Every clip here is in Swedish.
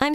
I'm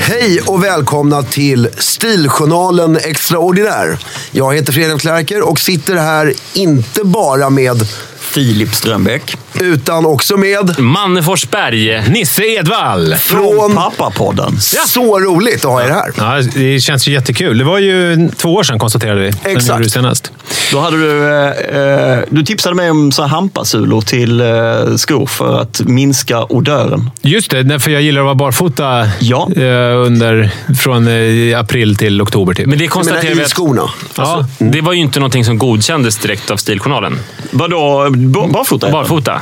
Hej och välkomna till Stiljournalen Extraordinär. Jag heter Fredrik Klerker och sitter här inte bara med, Filip Strömbäck. utan också med. Manneforsberg, Nisse Edvall. Från- Från Pappapodden. Så roligt att ha er här. Ja, det känns ju jättekul. Det var ju två år sedan konstaterade vi. Sen Exakt. gjorde du senast. Då hade du, eh, eh, du tipsade mig om så här hampasulor till eh, skor för att minska odören. Just det, nej, för jag gillar att vara barfota Ja. eh, under, från eh, april till oktober. Typ. Men Alltså, det Jag konstaterar menar, vi i att... skorna. Ja, det var ju inte någonting som godkändes direkt av Stiljournalen. Vadå? Ba- Barfota? Barfota.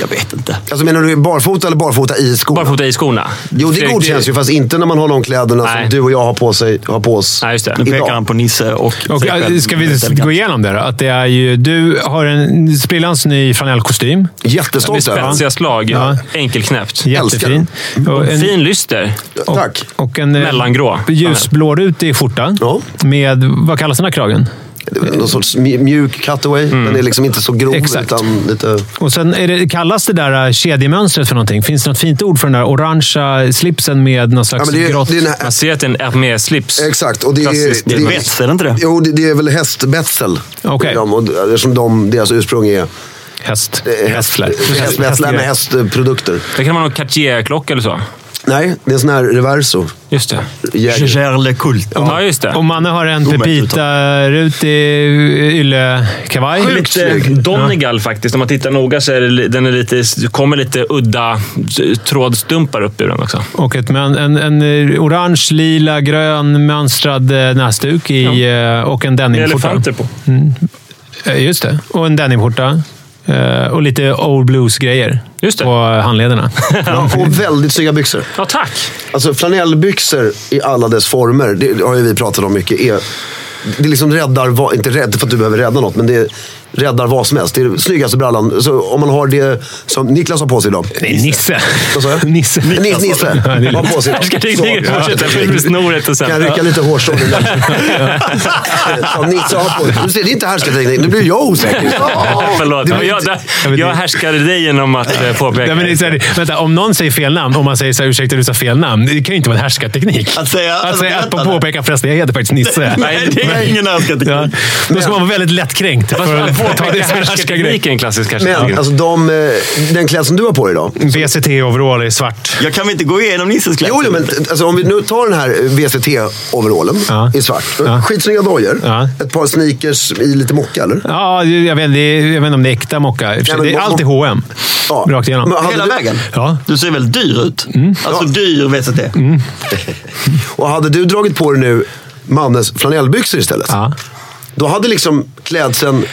Jag vet inte. Alltså menar du barfota eller barfota i skorna? Barfota i skorna. Jo, det Fredrik, godkänns ju, fast inte när man har de kläderna Nej. som du och jag har på, sig, har på oss. Nej, just det. Nu pekar Idag. han på Nisse och... Och, sig själv. eh, ska vi Väldigt gå elegant. igenom det då? Att det är ju, du har en sprillans ny flanellkostym. Med Jättestolt över. spetsiga slag. Ja. Enkelknäppt. Jättefin. Mm. Och en, Fin lyster. och, Tack. Och en eh, Mellangrå. ljusblårutig skjorta. Ja. Med, vad kallas den här kragen? Det är Någon sorts mj- mjuk cutaway. Mm. Den är liksom inte så grov, Exakt. utan lite... Och sen är det, kallas det där eh, kedjemönstret för någonting? Finns det något fint ord för den där orangea slipsen med någon slags Ja, men det är- Alltså, grått... det är den här- Man ser att det är en Hermès-slips. Exakt, och det är... Klassiskt Det är Bets, är det inte det? Jo, det, det är väl hästbetsel. Okej. De, och, eftersom de, deras ursprung är häst. eh, Hästflär. häst- hästbetslar med hästprodukter. Det kan vara någon Cartier-klocka eller så. Nej, det är en sån här reverso. Just det. Jäger. Gégère Le Culte. Ja, just det. Och Manne har en Pepita-rutig yllekavaj. Sjukt eh, Donegal faktiskt. Om man tittar noga så är det, li- den är lite, kommer lite udda eh, trådstumpar upp ur den också. Och ett, mön- en, en, eh, orange, lila, grön mönstrad eh, näsduk i, eh, och en Det är denimskjorta. elefanter på. Eh, Just det. Och en denimskjorta. Eh, Och lite old blues-grejer Just det. på eh, handlederna. Ja, och väldigt snygga byxor. Ja, tack! Alltså flanellbyxor i alla dess former, det har ju vi pratat om mycket. Är, det liksom räddar, vad- inte rädd för att du behöver rädda något, men det räddar vad som helst. Det är den snyggaste brallan. Så om man har det som Niklas har på sig idag. Nej, Nisse. Vad sa jag? Nisse. Nisse. Nisse. Ja, det är Har på sig. Här ska Så. tekniken fortsätta Ja. med snoret och sen... Kan jag rycka lite hårstrån i den? Som Nisse har på sig. Du ser, det är inte härskarteknik. Nu blir jag osäker. Förlåt. Det var Jag, inte- där, jag härskade dig genom att eh, påpeka. Nej, men det är så här, vänta, om någon säger fel namn, om man säger så här, ursäkta du sa fel namn. Det kan ju inte vara en härskarteknik. Att säga- att, att säga, att berätta det. påpeka förresten, jag heter faktiskt Nisse. Nej, Det är ingen härskarteknik. Ja. Då ska man vara väldigt lättkränkt för att Att ta det påpeka som en härskargrej. härskartekniken, klassisk Men härskarteknik. alltså, de, eh, den kläd som du har på dig idag. VCT-overall i svart. Jag kan väl inte gå igenom Nisses kläder? Jo, jo, men t- alltså, om vi nu tar den här VCT-overallen Ja. i svart. Ja. Skitsnygga dojor. Ja. Ett par sneakers i lite mocka, eller? Ja, jag vet, det är, jag vet inte om det är äkta mocka. I och för sig, men det är mo- allt är H&M. Ja. Rakt igenom. Men hade Hela du- vägen? Ja. Du ser väldigt dyr ut. Alltså dyr VCT. Och hade du dragit på dig nu Mannes flanellbyxor istället. Ja. Då hade liksom klädseln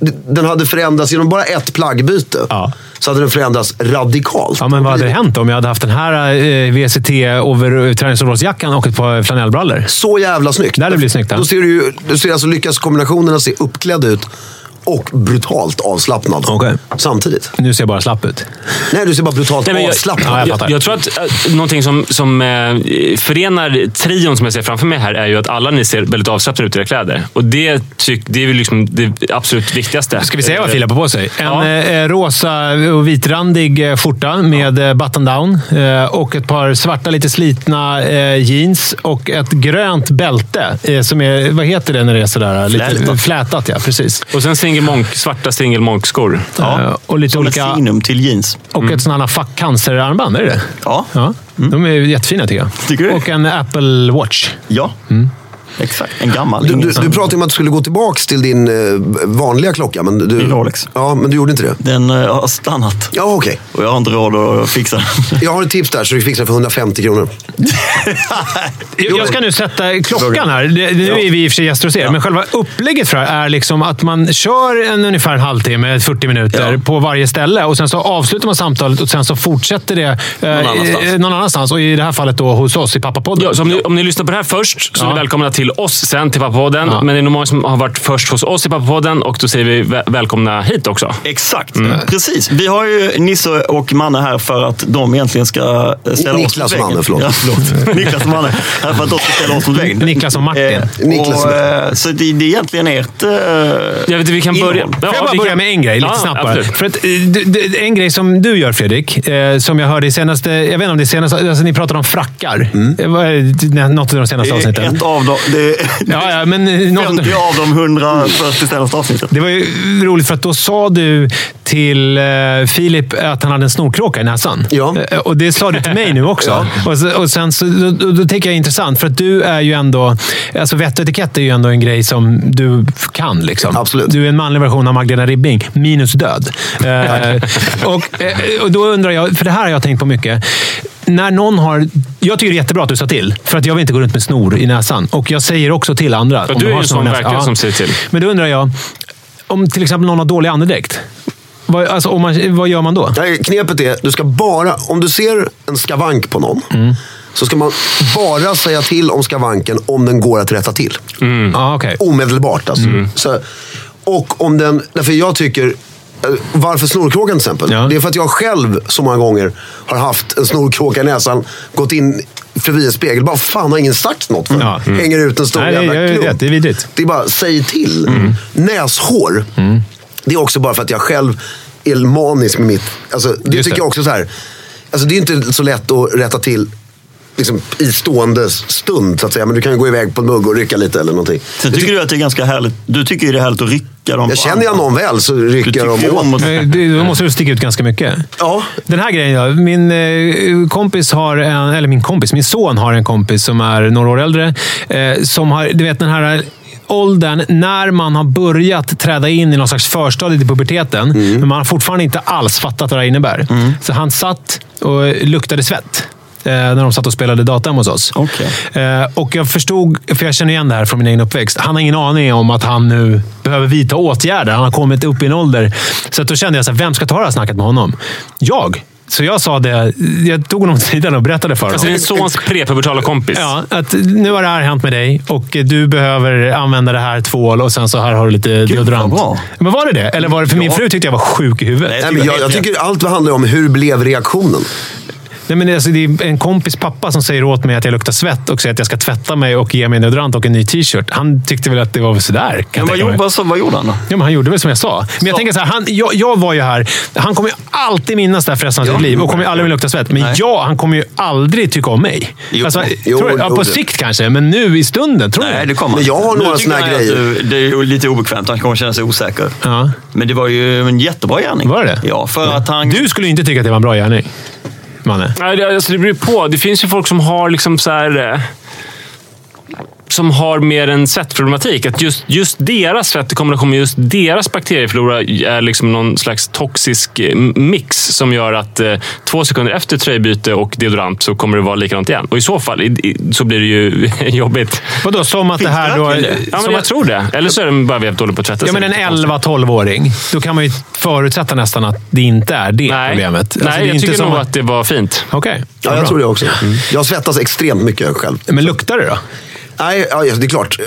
d- den hade förändrats genom bara ett plaggbyte. Ja. Så hade den förändrats radikalt. ja, men vad hade hänt om jag hade haft den här eh, VCT-träningsoverallsjackan och ett par flanellbrallor? Så jävla snyggt. Det hade blivit snyggt, ja. Då ser du ju, du ser alltså lyckas kombinationen att se uppklädd ut och brutalt avslappnad. Okej. Samtidigt. Nu ser jag bara slapp ut. Nej, du ser bara brutalt Nej, men jag, avslappnad Ja, jag jag, fattar. jag tror att äh, någonting som, som eh, förenar trion som jag ser framför mig här är ju att alla ni ser väldigt avslappnade ut i era kläder. Och det, tyck, det är väl liksom det absolut viktigaste. Ska vi se Eh, vad Filip har på sig? En Ja. eh, rosa och vitrandig eh, skjorta med eh, button down eh, och ett par svarta, lite slitna eh, jeans och ett grönt bälte eh, som är... Vad heter det när det är sådär? eh, Lite, Flätat. Flätat, ja. Precis. Och sen single monk, svarta single monk-skor. Eh, och lite Som Mm. ett olika... signum till jeans. Och ett sånt här fuck cancer-armband, är det det? Ja, Ja, de är ju jättefina tycker jag. Mm. Tycker du? Och en Apple Watch. ja. exakt. En gammal. Du, du, ingen sån- du pratade om att du skulle gå tillbaka till din eh, vanliga klocka. Men du, Min Rolex. Ja, men du gjorde inte det. Den eh, har stannat Ja, okej. och jag har inte råd att fixa den. Jag har ett tips där så du fixar för 150 kronor. Jag jag ska nu sätta klockan här. Det- Nu är vi i och för sig gäster hos er, men själva upplägget för det här är liksom att man kör en, ungefär en halvtimme, 40 minuter Ja. på varje ställe och sen så avslutar man samtalet och sen så fortsätter det någon annanstans. någon annanstans. Och i det här fallet då hos oss i Pappapodden. Ja, så om, ni, om ni lyssnar på det här först så är Ja. ni välkomna till oss sen till Pappapodden. Men det är nog många som har varit först hos oss i Pappapodden och då säger vi vä- välkomna hit också. Exakt, precis. Mm. Vi har ju Nisse och Manne här för att de egentligen ska eh, ställa oss Niklas mot väggen. Manne, förlåt. Ja, förlåt. Niklas och Manne. Här för att de ska ställa oss mot väggen. Niklas och Martin. Niklas och och, eh, så det, det är egentligen ert... eh, Jag vet, inte, vi kan Innehåll. börja. Får jag bara vi börja kan- med en grej, lite Ja, snabbare. absolut. För att, eh, du- du- en grej som du gör Fredrik, eh, som jag hörde i senaste... Jag vet inte om det är senaste... Alltså, ni pratade om frackar. Eh, vad är det- Något av de senaste avsnitten. Ett av dem. Det, Ja, ja, men... eh, något- 50 av de 140 senaste avsnitten. Det var ju roligt för att då sa du till eh, Filip att han hade en snorkråka i näsan. Ja. Eh, Och det sa du till mig nu också. och, så, och sen så, då, då, då tänker jag intressant, för att du är ju ändå... Alltså vett och etikett är ju ändå en grej som du f- kan. Liksom. Absolut. Du är en manlig version av Magdalena Ribbing, minus död. Eh, och, eh, och då undrar jag, för det här har jag tänkt på mycket. När någon har... Jag tycker det är jättebra att du sa till, för att jag vill inte gå runt med snor i näsan. Och jag säger också till andra. om du de är har ju en snor i sån näsan. verkligen som säger till. Men då undrar jag, om till exempel någon har dålig andedräkt, vad, alltså, om man, vad gör man då? Nej, knepet är, du ska bara, om du ser en skavank på någon, Mm. så ska man bara säga till om skavanken om den går att rätta till. Ja, okej. Omedelbart alltså. Mm. Så, och om den, därför jag tycker, eh, varför snorkråkan till exempel? Ja. Det är för att jag själv så många gånger har haft en snorkråka i näsan, gått in förbi en spegel, bara fan har ingen sagt något för? Ja, mm. Hänger ut en stor Nej, det- jävla jag klump. vet, det är vidrigt. Det är bara, säg till. Näshår. Det är också bara för att jag själv är manisk med mitt... Alltså, det Just tycker det. jag också så här. Alltså, det är inte så lätt att rätta till liksom, i stående stund, så att säga. Men du kan ju gå iväg på en mugg och rycka lite eller någonting. Sen tycker du att det är ganska härligt. Du tycker ju det är härligt att rycka dem. Jag känner jag någon väl så Du rycker tycker jag ju dem om åt. att... Men det- Då måste du sticka ut ganska mycket. Ja, Den här grejen då. Min eh, kompis har en, eller min kompis, min son har en kompis som är några år äldre. Eh, som har, du vet den här åldern när man har börjat träda in i någon slags förstadie till puberteten, Mm. men man har fortfarande inte alls fattat vad det här innebär. Så han satt och luktade svett. eh, När de satt och spelade data hemma hos oss. Okej. Eh, Och jag förstod, för jag känner igen det här från min egen uppväxt. Han har ingen aning om att han nu behöver vidta åtgärder. Han har kommit upp i en ålder. Så att då kände jag, så här, vem ska ta det här snacket med honom? Jag! Så jag sa det. Jag tog honom åt sidan och berättade för Alltså honom. din sons prepubertala kompis. Ja, att nu har det här hänt med dig och du behöver använda det här tvål och sen så här har du lite deodorant. vad bra. Men var det det? Eller var det för min fru tyckte jag var sjuk i huvudet? Nej, Nej, men jag, jag tycker allt handlar om hur blev reaktionen. Nej, men det, är alltså, det är en kompis pappa som säger åt mig att jag luktar svett och säger att jag ska tvätta mig och ge mig en deodorant och en ny t-shirt. Han tyckte väl att det var väl sådär. Kan Men jag vad, tänka gjorde, mig. vad, så- vad gjorde han då? Ja, men han gjorde väl som jag sa. Men jag Så. tänker så här, han, jag, jag var ju här. Han kommer ju alltid minnas det här för resten av sitt liv och kommer ju aldrig vilja lukta svett. Men jag, han kommer ju aldrig tycka om mig. Alltså, Jo. Jo, tror jag, ja, jo, på det- sikt kanske, men nu i stunden tror Nej, jag. det kommer Men jag har Nu några tycker såna här han ju att grejer. du- Det är ju lite obekvämt. Han kommer känna sig osäker. Ja. Men det var ju en jättebra gärning. Var det? Ja, för att han... Du skulle ju inte tycka att det var en bra gärning, Manne. Nej, det, alltså, det beror ju på. Det finns ju folk som har liksom så här... eh, Som har mer en svettproblematik. Att just, just deras svett i kombination med just deras bakterieflora är liksom någon slags toxisk eh, mix som gör att eh, två sekunder efter tröjbyte och deodorant så kommer det vara likadant igen. Och i så fall i, i, så blir det ju jobbigt. Vadå, som att det Finns här det då... verkligen det? Ja, som men jag att- tror det. Eller så är de bara jävligt dåliga på att tvätta Ja, men en 11-12-åring. Då kan man ju förutsätta nästan att det inte är det Nej, problemet. Alltså, Nej det är jag inte tycker som nog att det var fint. Okej. Ja, Mm. jag tror det Mm. också. Jag svettas extremt mycket själv. Men luktar det då? Nej, ja, ja, det är klart.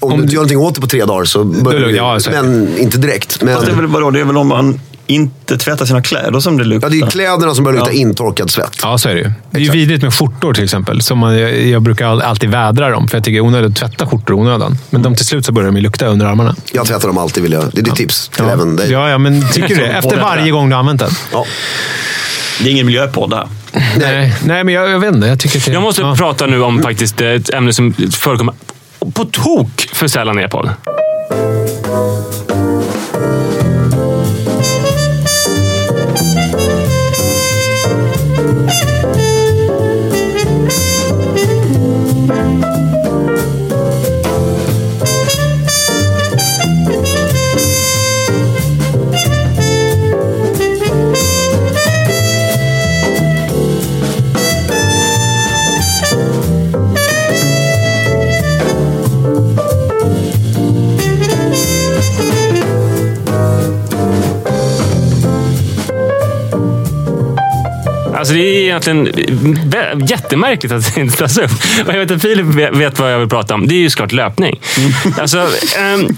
Om, Om du du- inte gör någonting åt det på tre dagar så börjar lugnt. du. Ja, säkert. men inte direkt. Men, Fast det är väl, vadå, det är väl om man inte tvättar sina kläder som det ja, luktar? det är ju kläderna som börjar lukta Ja. intorkad svett. Ja, så är det ju. Det är ju Exakt. vidrigt med skjortor till exempel. Som man, jag, jag brukar all- alltid vädra dem, för jag tycker det är onödigt att tvätta skjortor i onödan. Men de till slut så börjar de ju lukta under armarna. Jag tvättar dem alltid vill jag. Det är ditt tips till även dig. ja, ja, men tycker du det? Efter Båda varje där. gång du har använt den? Ja. Det är ingen miljöpodd Alltså, det här. Nej, nej men jag, jag vet inte. Jag, tycker att det, Jag måste ja. Mm. prata nu om faktiskt eh, ett ämne som förekommer på tok för sällan i er podd. Alltså det är egentligen vä- jättemärkligt att det inte tas upp. Och jag vet att Filip ve- vet vad jag vill prata om. Det är ju såklart löpning. Mm. Alltså, ehm,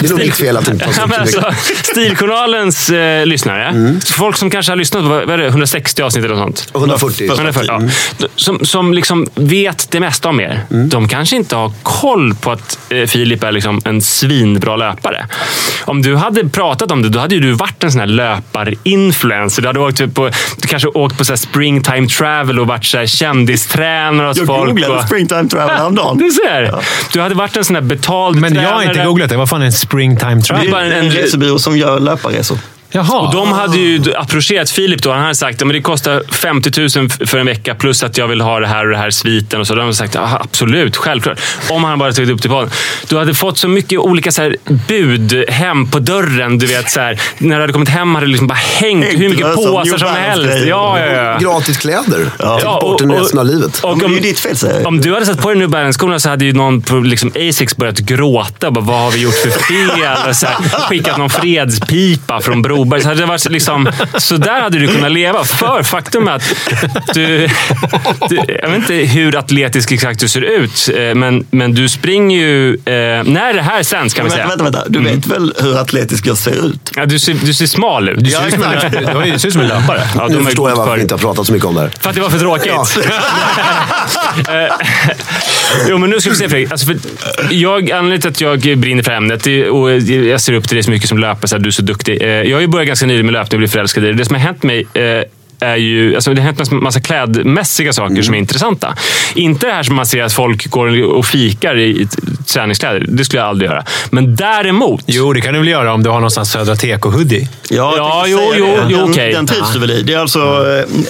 Det är nog ditt fel att det inte Ja, passar men upp så mycket. alltså, Stiljournalens eh, lyssnare, Mm. folk som kanske har lyssnat på vad vad är det, 160 avsnitt eller något sånt. 140. 140 ja. Mm. Som, som liksom vet det mesta om er. De kanske inte har koll på att eh, Filip är liksom en svinbra löpare. Om du hade pratat om det, då hade ju du varit en sån här löparinfluencer. Du hade åkt typ på, du kanske åkt på så här springtime travel och varit så här kändistränare hos Jag folk. googlade och... springtime travel häromdagen. Du ser! Du hade varit en sån här betald Men jag har inte tränare. googlat det. Vad fan är en springtime Det trial? är bara en, en resebyrå som gör löparresor. Jaha. Och de hade ju approcherat Filip då. Han hade sagt att det kostar 50 000 f- för en vecka plus att jag vill ha det här och det här sviten. Och så. De hade sagt "Ah, absolut, självklart. Om han bara tagit upp till podden. Du hade fått så mycket olika så här, bud hem på dörren. Du vet, så här, när du hade kommit hem hade du liksom bara hängt Hängt hur mycket lösa New påsar som helst. Balance-grejer. Ja, ja, ja. Gratis kläder. Ja. Ja, bort den resten av livet. Ja, och men det är om- ju ditt fel säger jag. om du hade satt på dig New Balance-skorna så hade ju någon på liksom Asics börjat gråta. och Bara, vad har vi gjort för fel? Och så här, skickat någon fredspipa från Broberg. Så, hade det varit så liksom, så där hade du kunnat leva. För faktum är att du, du... Jag vet inte hur atletisk exakt du ser ut, eh, men, men du springer ju... Eh, när det här sänds kan vi Men säga. Mm. vänta, vänta, vänta. Du vet väl hur atletisk jag ser ut? Ja, du, ser, du ser smal ut. Du ser ut som en löpare. Du har ju- du ser ut som en löpare. Ja, de Nu har ju förstår jag gått varför vi för- inte har pratat så mycket om det här. För att det var för tråkigt. Ja. Eh, jo, men nu ska vi se Fredrik. Alltså, för jag, anledningen till att jag brinner för ämnet det- och jag ser upp till dig så mycket som löpare, så här, du är så duktig. Eh, Jag har ju börjat ganska nyligen med löpning och blivit förälskad i det. Det som har hänt mig eh, är ju, alltså det har hänt massa- massa klädmässiga saker som är intressanta. Inte det här som man ser att folk går och fikar i i träningskläder. Det skulle jag aldrig göra. Men däremot. Jo, det kan du väl göra om du har någonstans Södra TK-hoodie. Ja, Ja, jag tänkte säga jo, det. jo, jo, Den- okej. Den trivs du väl i? Det är alltså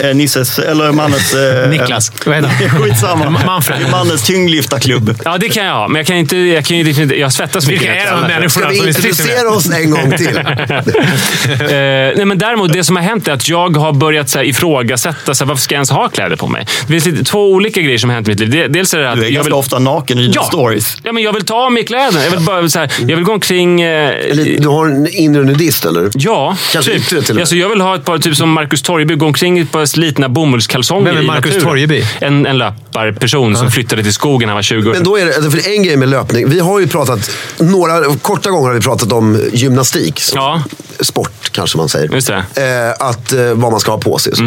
eh, Nisses, eller mannens... eh, Niklas. Vad heter han? Skitsamma. Manfred. Det är Mannens tyngdlyftarklubb. Ja, det kan jag ha. Men jag kan inte... Jag, kan ju, liksom inte- jag svettas mycket. Vilka när jag är de tränar. människorna Ska som vi vi sitter med? introducera oss en gång till? Eh, nej, men däremot, det som har hänt är att jag har börjat så här, ifrågasätta så här, varför ska jag ens ha kläder på mig. Det finns lite, två olika grejer som har hänt i mitt liv. Det- Dels är det att Du är jag ganska vill, ofta naken i dina Ja. Typ stories. ja, men jag vill ta av mig kläderna. Jag vill, bara, så här, jag vill gå omkring... Eh, Eller, Du har en inre nudist, eller? Ja, Kanske typ. yttre till och med. alltså, Jag vill ha ett par, typ som Marcus Torjeby, gå omkring i ett par slitna bomullskalsonger Vem är i Marcus naturen. Torjeby? En, en löparperson som flyttade till skogen när han var 20 år. Men då är det, alltså, för en grej med löpning. Vi har ju pratat, några korta gånger har vi pratat om gymnastik. Så- Ja. Sport kanske man säger. Just Eh, att, eh, vad man ska ha på sig. Så.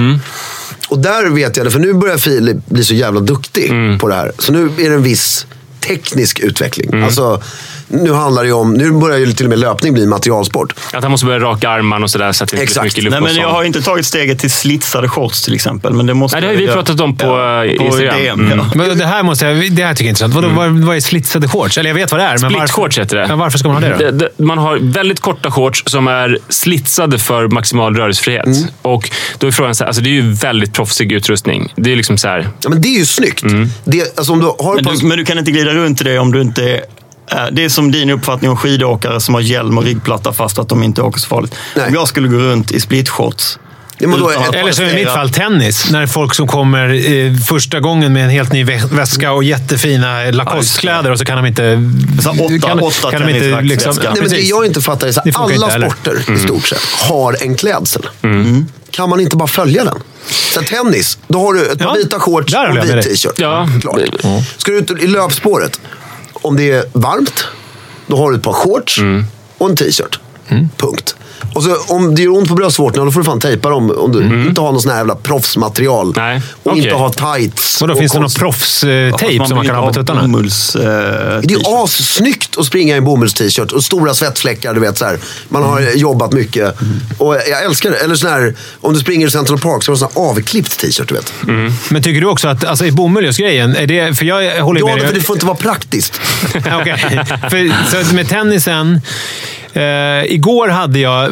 Och där vet jag det, för nu börjar Filip bli så jävla duktig på det här. Så nu är det en viss teknisk utveckling. Alltså, nu handlar det ju om, nu börjar ju till och med löpning bli materialsport. Att han måste börja raka armarna och sådär så att det inte blir så Exakt. mycket luft Nej, och men jag sånt. har inte tagit steget till slitsade shorts till exempel. Men det, måste Nej, det har ju vi jag göra. pratat om på, eh, Instagram. DM, Mm. ja. Men det här, måste jag, det här tycker jag är intressant. Vadå, vad, vad är slitsade shorts? Eller jag vet vad det är. men varför- Splitshorts heter det. Ja, varför ska man ha det då? Det- det- Man har väldigt korta shorts som är slitsade för maximal rörelsefrihet. Mm. Och då är frågan, så här, alltså det är ju väldigt proffsig utrustning. Det är liksom så här, Ja, men det är ju snyggt. Det, alltså, om du har Men ett par- du, men du kan inte glida runt i det om du inte är... eh, Det är som din uppfattning om skidåkare som har hjälm och ryggplatta fast att de inte åker så farligt. Nej. Om jag skulle gå runt i splitshorts. Ja, men då utan är- att Eller som i prestera- mitt fall, tennis. När folk som kommer eh, första gången med en helt ny vä- väska och jättefina Lacoste-kläder och så kan de inte... Så här åtta- åtta tennisracket- väska. liksom- ja, Nej, men det precis. jag inte fattar är så Det här, funkar alla inte heller. Mm. sporter i stort sett har en klädsel. Mm. Kan man inte bara följa den? Så här, tennis, då har du ett par Ja, vita shorts där och håller en jag med Mm. vit dig. t-shirt. Ja. Klart. Ska du ut i löpspåret Om det är varmt, då har du ett par shorts Mm. och en t-shirt. Punkt. Och så, om det gör ont på bröstvårtorna, då får du fan tejpa dem. Om du Mm. inte har någon sån här jävla proffsmaterial. Nej, Och okej. inte ha tights. Och då och finns det någon konst- proffstejp som man kan ha på tuttarna? Mulls, eh, det är ju assnyggt att springa i en bomullst-t-shirt och stora svettfläckar. Du vet, så här. Man har jobbat mycket. Och jag älskar det. Eller sån här, om du springer i Central Park så har du en sån här avklippt t-shirt. Du vet. Men tycker du också att alltså, i bomullsgrejen, är det, för jag håller Ja, med dig. för det får inte vara praktiskt. Ja, okej. För, så att med tennisen. Eh, igår hade jag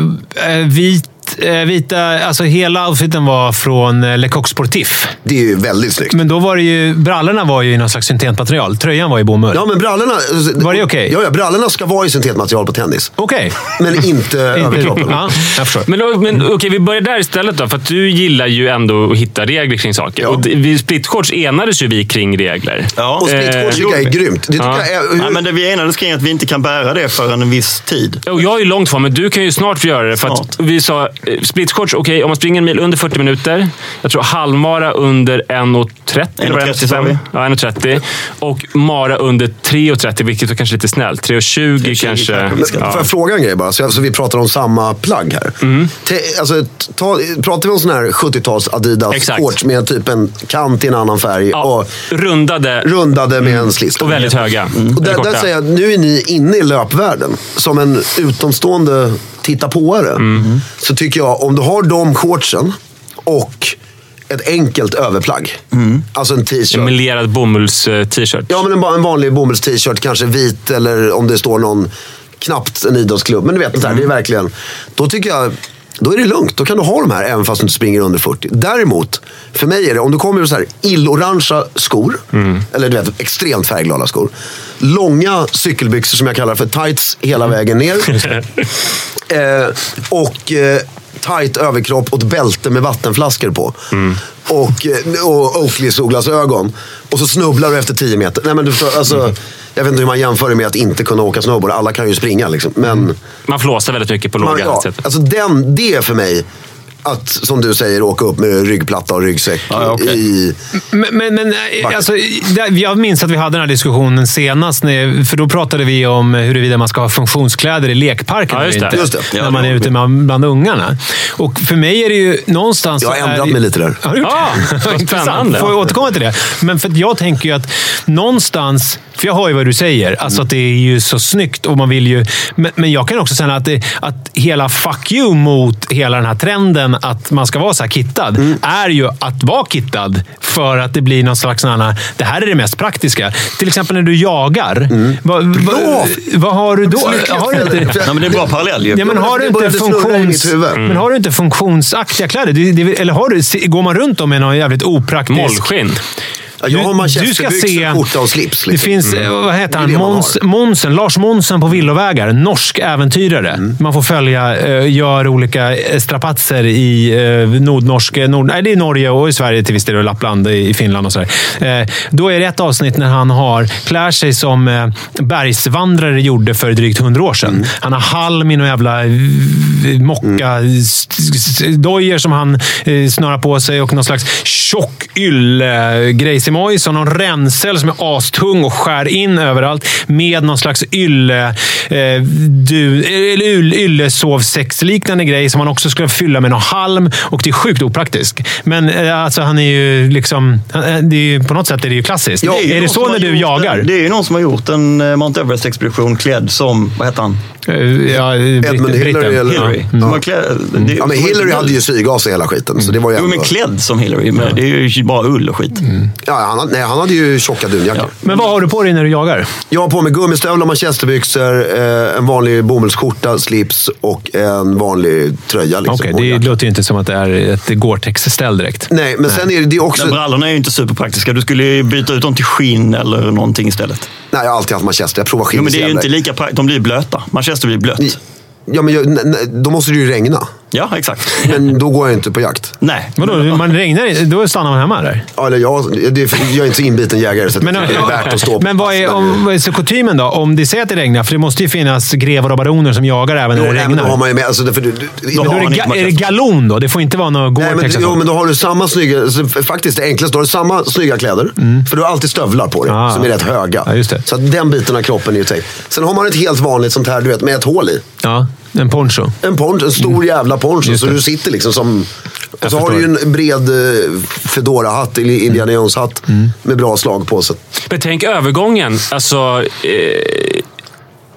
eh, vit, eh, vita... Alltså hela outfiten var från eh, Lecoq Sportif. Det är ju väldigt snyggt. Men då var det ju... Brallorna var ju i någon slags syntetmaterial. Tröjan var i bomull. Ja, men brallorna... Var det okej? Ja, ja, brallorna ska vara i syntetmaterial på tennis. Okej. Men inte överkroppen. Ja, jag förstår. Men, då- men okej, vi börjar där istället då. För att du gillar ju ändå att hitta regler kring saker. Ja. Och d- vid splitshorts enades ju vi kring regler. Ja. Eh, Och splitshorts tycker jag är grymt. Det tycker Ja. jag är, hur, Nej, men det vi enades kring att vi inte kan bära det förrän en viss tid. Och jag är ju långt ifrån, men du kan ju snart få göra det. För att Snart. vi sa eh, splitshorts, okej, om man springer en mil under 40 minuter. Jag tror halvmara under 1.30. eller 1.30 sa vi. Ja, 1.30. Och mara under 3.30, vilket var kanske lite snällt. 3.20 kanske. Men, Får jag fråga en grej bara? Så, jag- så vi pratar om samma plagg här. Mm. Te, alltså, t- ta, pratar vi om sån här 70-tals Adidas Exakt. shorts med typ en kant i en annan färg Ja, och rundade rundade med en slist. och väldigt höga. Mm. Och Eller där, korta. där säger jag, nu är ni inne i löpvärlden. Som en utomstående tittapåare Mm. så tycker jag, om du har de shortsen och ett enkelt överplagg. Mm. Alltså en t-shirt. En melerad bomulls-t-shirt. Ja, men en, ba- en vanlig bomullst-t-shirt, kanske vit eller om det står någon, knappt en idrottsklubb. Men du vet, så här, det är verkligen... Då tycker jag, då är det lugnt. Då kan du ha de här även fast du inte springer under 40. Däremot, för mig är det, om du kommer med så här illorangea skor, eller du vet, extremt färgglada skor. Långa cykelbyxor som jag kallar för tights hela vägen ner. eh, och... Eh, tight överkropp och ett bälte med vattenflaskor på. Och, eh, och Oakleys solglasögon. Och så snubblar du efter 10 meter. Nej, men du förstår, alltså, Jag vet inte hur man jämför det med att inte kunna åka snowboard. Alla kan ju springa. Liksom. Men, Man flåsar väldigt mycket på man, låga ja, sätt. alltså den, det är för mig att, som du säger, åka upp med ryggplatta och ryggsäck. ja, okej. i, Men, men, men eh, alltså, där- jag minns att vi hade den här diskussionen senast, när- för då pratade vi om huruvida man ska ha funktionskläder i lekparken Ja, just det. eller inte. Just det. Ja, när det man är gjorde ute vi. bland, bland ungarna. Och för mig är det ju någonstans... jag har så är ändrat det- mig lite där. Har du gjort Ah, det? vad Intressant. spännande. Får jag återkomma till det? Men för att jag tänker ju att någonstans, för jag hör ju vad du säger, alltså att det är ju så snyggt och man vill ju... Men, men jag kan också känna att, det, att hela fuck you mot hela den här trenden att man ska vara så här kittad, Mm. är ju att vara kittad för att det blir någon slags sån här, det här är det mest praktiska. Till exempel när du jagar. Mm. Vad, vad, vad har du då? Har du inte, Nej, men det är en bra parallell ju. Ja, men men har det du började inte snurra i mitt funktions... huvud. Men har du inte funktionsaktiga kläder? Det, det, eller har du, se- går man runt om med någon jävligt opraktisk... Mollskinn. Ja, Jag har manchesterbyxor, se- skjorta och slips. Det Liksom. finns, eh, vad heter Det han? är det man Måns, har. Månsen, Lars Månsen på villovägar. Norsk äventyrare. Mm. Man får följa, eh, gör olika eh, strapatser i eh, nordnorske... Nord, nej, det är Norge och i Sverige till viss del och Lappland i i Finland och sådär. Eh, Då är det ett avsnitt när han har, klär sig som eh, bergsvandrare gjorde för drygt hundra år Mm. sedan. Han har halm i någon jävla eh, Mm. mocka-dojor som han eh, snörar på sig och någon slags tjock yllegrejsimoj som någon ränsel som är astung och skär in överallt med någon slags ylle, eh, du, eller yl- yllesovsäcksliknande grej som man också skulle fylla med någon halm och det är sjukt opraktiskt. Men eh, alltså, han är ju liksom... han- eh, Det är ju, på något sätt är det ju klassiskt. ju är någon det som så har när du gjort jagar? En, det är ju någon som har gjort en eh, Mount Everest-expedition klädd som, vad heter han? Eh, ja, Edmund britt- Hillary. britten. Eller, Hillary. Ja. Som har klä- det- Ja, men Hillary hade ju syrgas i hela skiten. Så det var ju Jo, ändå- men klädd som Hillary. Men det är ju bara ull och skit. ja, han, hade- nej, han hade ju tjocka dunjackor. Men vad har du på dig när du jagar? Jag har på mig gummistövlar, manchesterbyxor, eh, en vanlig bomullsskjorta, slips och en vanlig tröja. Liksom, Okej, och det jacka. låter ju inte som att det är ett Gore-Tex-ställ direkt. Nej, men sen är det, det är också... Men brallorna är ju inte superpraktiska. Du skulle ju byta ut dem till skinn eller någonting istället. Nej, jag har alltid haft manchester. Jag provar skinn Jo, men det är ju senare. inte lika pra- De blir ju blöta. Manchester blir blött. Ja, men jag, nej, nej, då måste det ju regna. Ja, exakt. Men då går jag inte på jakt. Nej. Vadå, man regnar inte? Då stannar man hemma eller? Ja, Eller jag, det, jag är inte så inbiten jägare så att Men, det är värt att stå på men vad är, pass, men- om, vad är så kutymen då? Om det säger att det regnar, för det måste ju finnas grevar och baroner som jagar även Jo, när det nej, men då regnar. har man ju med... Alltså, det- för, du- du- Men då har är, han det, inte ga- är det markerat. galon då? Det får inte vara någon Nej, men, Gore-Tex. jo, alltså. men då har du samma snygga, så f- faktiskt det enklaste, då har du samma snygga kläder. Mm. För du har alltid stövlar på dig Ah. som är rätt höga. Ja, just det. Så att den biten av kroppen är ju täckt. Sen har man ett helt vanligt sånt här, du vet, med ett hål i. Ja, en poncho. En, ponch, en Mm. stor jävla poncho, Just så det. du sitter liksom som... Jag Och så har du ju en bred eh, Fedora-hatt, eller Mm. Indiana Jones-hatt, med bra slag på. Så. att- Men tänk övergången. Alltså, eh,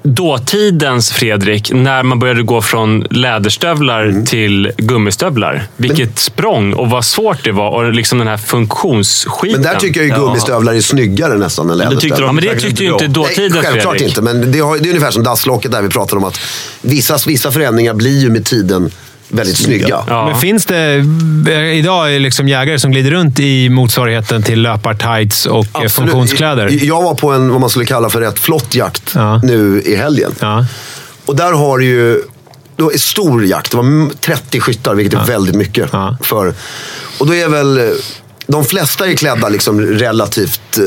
dåtidens Fredrik, när man började gå från läderstövlar Mm. till gummistövlar. Vilket språng och vad svårt det var. Och liksom den här funktionsskiten. Men där tycker jag ju gummistövlar är snyggare nästan än tyckte läderstövlar. Ja, men det tyckte ju inte Nej, dåtidens självklart Fredrik. inte, men det, har, det är ungefär som dasslocket där vi pratade om att vissa, vissa förändringar blir ju med tiden väldigt snygga. Ja. Men finns det eh, idag är liksom jägare som glider runt i motsvarigheten till löpartights och eh, Absolut. funktionskläder? Jag var på en, vad man skulle kalla för rätt flott jakt Ja. nu i helgen. Ja. Och där har du ju... Det var en stor jakt. Det var m- 30 skyttar, vilket är väldigt mycket. Ja. För, och då är väl... eh, De flesta är klädda liksom relativt... eh,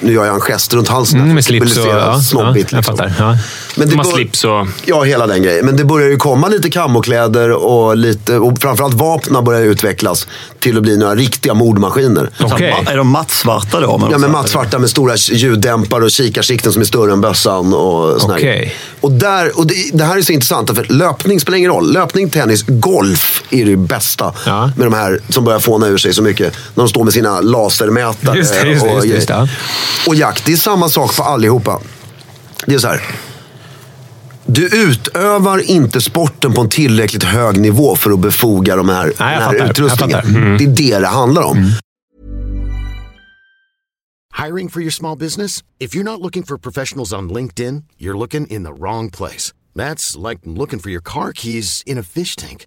Nu gör jag en gest runt halsen. här Mm, för med att slips och... symbolisera Ja, ja, snobbigt. jag liksom. fattar. Ja. Men det Man bör- slips och... Ja, hela den grejen. Men det börjar ju komma lite kammokläder och, lite, och framförallt vapnen börjar utvecklas till att bli några riktiga mordmaskiner. Okej. Så ma- Är de mattsvarta då? Ja, Alltså, men mattsvarta med stora ljuddämpare och kikarsikten som är större än bössan. Och såna här Okej. grejer. Och, där, och det, det här är så intressant, för löpning spelar ingen roll. Löpning, tennis, golf är det bästa Ja. med de här som börjar fåna ur sig så mycket. När de står med sina lasermätare Just det, just det, eh, och, just det, just det, ja. och jakt. Det är samma sak för allihopa. Det är så här. Du utövar inte sporten på en tillräckligt hög nivå för att befoga de här, jag den fattar, jag här utrustningen. fattar. Mm. Det är det det handlar om. Hiring for your small business? If you're not looking for professionals on LinkedIn, you're looking in the wrong place. That's like looking for your car keys in a fish tank.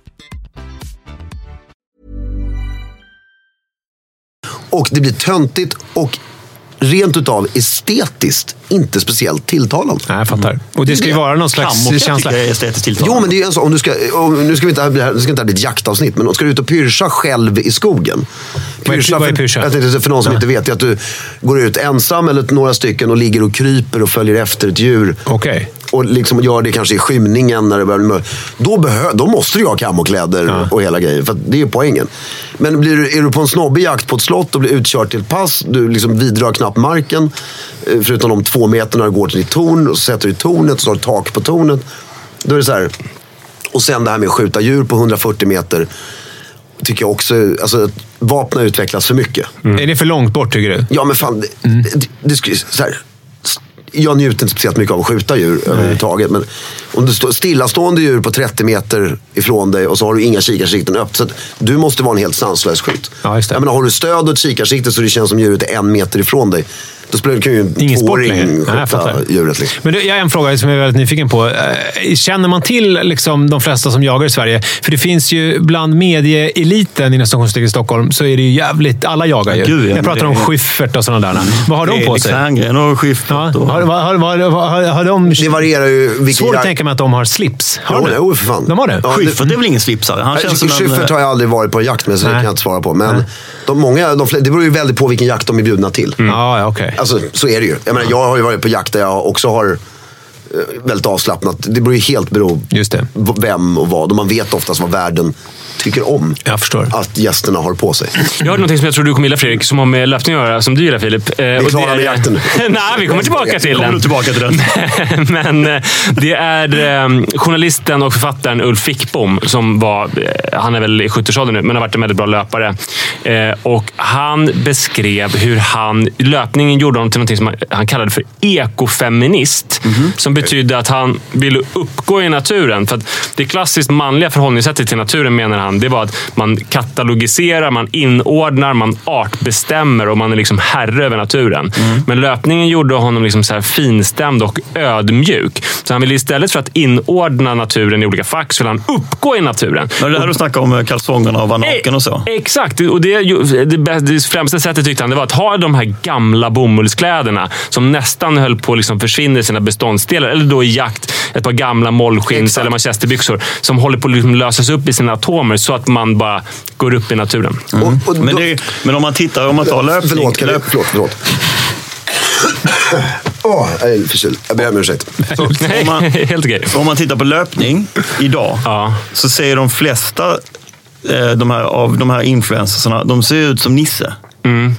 Och det blir töntigt och rent utav estetiskt inte speciellt tilltalande. Nej, jag fattar. Och det ska ju vara någon slags Kammock känsla. tycker jag är estetiskt Jo, tilltalande. men det är ju en sån, om du ska, om, nu ska vi inte, bli här- det ska inte bli ett jaktavsnitt, men ska du ut och pyrscha själv i skogen. Vad är- vad är pyrscha? För, jag tänkte, för någon som inte vet, det är att du går ut ensam eller några stycken och ligger och kryper och följer efter ett djur. Okej. Och liksom gör det kanske i skymningen när det börjar bli mörkt. Då, behö- då måste du ju ha kammokläder och hela grejen. För att det är poängen. Men blir du, är du på en snobbig jakt på ett slott och blir utkörd till ett pass. Du liksom vidrör knappt marken. eh, Förutom de två meterna du går till ditt torn. Och så sätter du i tornet och så har du tak på tornet. Då är det så här. Och sen det här med att skjuta djur på 140 meter. Tycker jag också, alltså att vapnen utvecklas för mycket. Är det för långt bort tycker du? Ja, men fan. Det, Mm. det, det, skulle- så här, s- jag njuter inte speciellt mycket av att skjuta djur överhuvudtaget. Men om du står stillastående djur på 30 meter ifrån dig och så har du inga kikarsikten upp. Så att du måste vara en helt sanslös skytt. Ja, just det. Jag menar, har du stöd och ett kikarsikte så det känns som djuret är en meter ifrån dig. Då spelar, kan ju en Ingen sport längre. tvååring Nej, jag skjuta fattar. djuret. Liksom. Men du, jag har en fråga som jag är väldigt nyfiken på. Eh, Känner man till liksom, de flesta som jagar i Sverige? För det finns ju bland medieeliten inom Stockholmsdistriktet i Stockholm så är det ju jävligt... Alla jagar ju. Gud, ja, jag men pratar det om är- Schyffert och sådana där. Vad har de på sig? Ja, Herngren liksom och Schyffert. har, och- har, har, har, har, har de... Det varierar ju. vilken Svårt att jakt- tänka mig att de har slips. Har Jo, de det? jo, för fan. De har det? Ja, det- Schyffert är väl ingen slipsare? Han känns som en... eh, Schyffert har jag aldrig varit på jakt med, så det eh, Nej. kan jag inte svara på. Men Nej. de många, de, fle- det beror ju väldigt på vilken jakt de är bjudna till. Mm. Ja, ja, okej. Alltså, så är det ju. Jag, menar, jag har ju varit på jakt där jag också har eh, väldigt avslappnat. Det beror ju helt bero Just det. v- vem och vad. Och man vet oftast vad världen tycker om Jag förstår. att gästerna har på sig. Jag har någonting som jag tror du kommer gilla Fredrik, som har med löpning att göra, som du gillar Filip. Eh, och klara med jakten nu. Nej, vi kommer tillbaka till Kommer den. du tillbaka till den? Men eh, det är eh, journalisten och författaren Ulf Fickbom som var, eh, han är väl i 70-årsåldern nu, men har varit en väldigt bra löpare. Eh, Och han beskrev hur han, löpningen gjorde honom till någonting som han- han kallade för ekofeminist. Som betydde att han ville uppgå i naturen. För att det klassiskt manliga förhållningssättet till naturen menar han, det var att man katalogiserar, man inordnar, man artbestämmer och man är liksom herre över naturen. Men löpningen gjorde honom liksom så här finstämd och ödmjuk. Så han ville istället för att inordna naturen i olika fack så ville han uppgå i naturen. Var det där du snackade om eh, kalsongerna och var naken och så? Exakt, och det, det, bästa- det främsta sättet tyckte han det var att ha de här gamla bomullskläderna som nästan höll på att liksom försvinna i sina beståndsdelar. Eller då i jakt, ett par gamla mollskins eller manchesterbyxor som håller på att liksom lösas upp i sina atomer så att man bara går upp i naturen. Och, och Men, då- det, är- men om man tittar, om man tar löpning. Förlåt, kan löp- jag, förlåt, förlåt. Åh, jag är förkyld. Jag ber om ursäkt. Alltså, Om man- Helt okej. Om man tittar på löpning idag Ja. så ser de flesta eh, de här, av de här influencersarna, de ser ut som Nisse. Mm.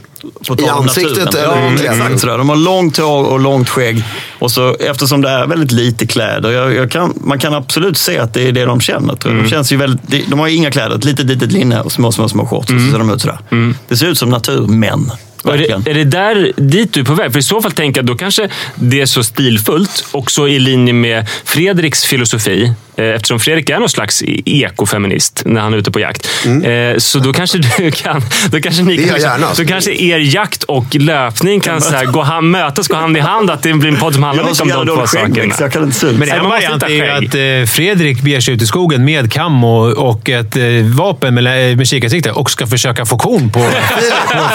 På tal I om ansiktet naturen. eller Mm. i Ja, kläderna? exakt sådär. De har långt hår och långt skägg. Och så, eftersom det är väldigt lite kläder. Jag, jag kan, man kan absolut se att det är det de känner. Tror jag. Mm. De, känns ju väldigt, de- de har ju inga kläder. Ett litet, litet linne och små, små, små shorts. Och så ser de ut sådär. Det ser ut som naturmän. Mm. Och Är verkligen. det, är det där dit du är på väg? För i så fall tänker jag då kanske det är så stilfullt och så i linje med Fredriks filosofi. eh, Eftersom Fredrik är någon slags e- ekofeminist när han är ute på jakt. Eh, Så då kanske du kan... Då kanske ni Mm. Det gör jag kanske, gärna, alltså. Då kanske er jakt och löpning kan så här, gå hand, mötas, gå hand i hand. Att det blir en podd som handlar Jag har mycket så om jävla liksom de två dålig sakerna. skäggväxt. Jag kan inte se ut. Men det- En man måste variant inte är ha ju skägg. att eh, Fredrik beger sig ut i skogen med kam och, och ett eh, vapen med, lä- med kikarsikte och ska försöka få kon på, på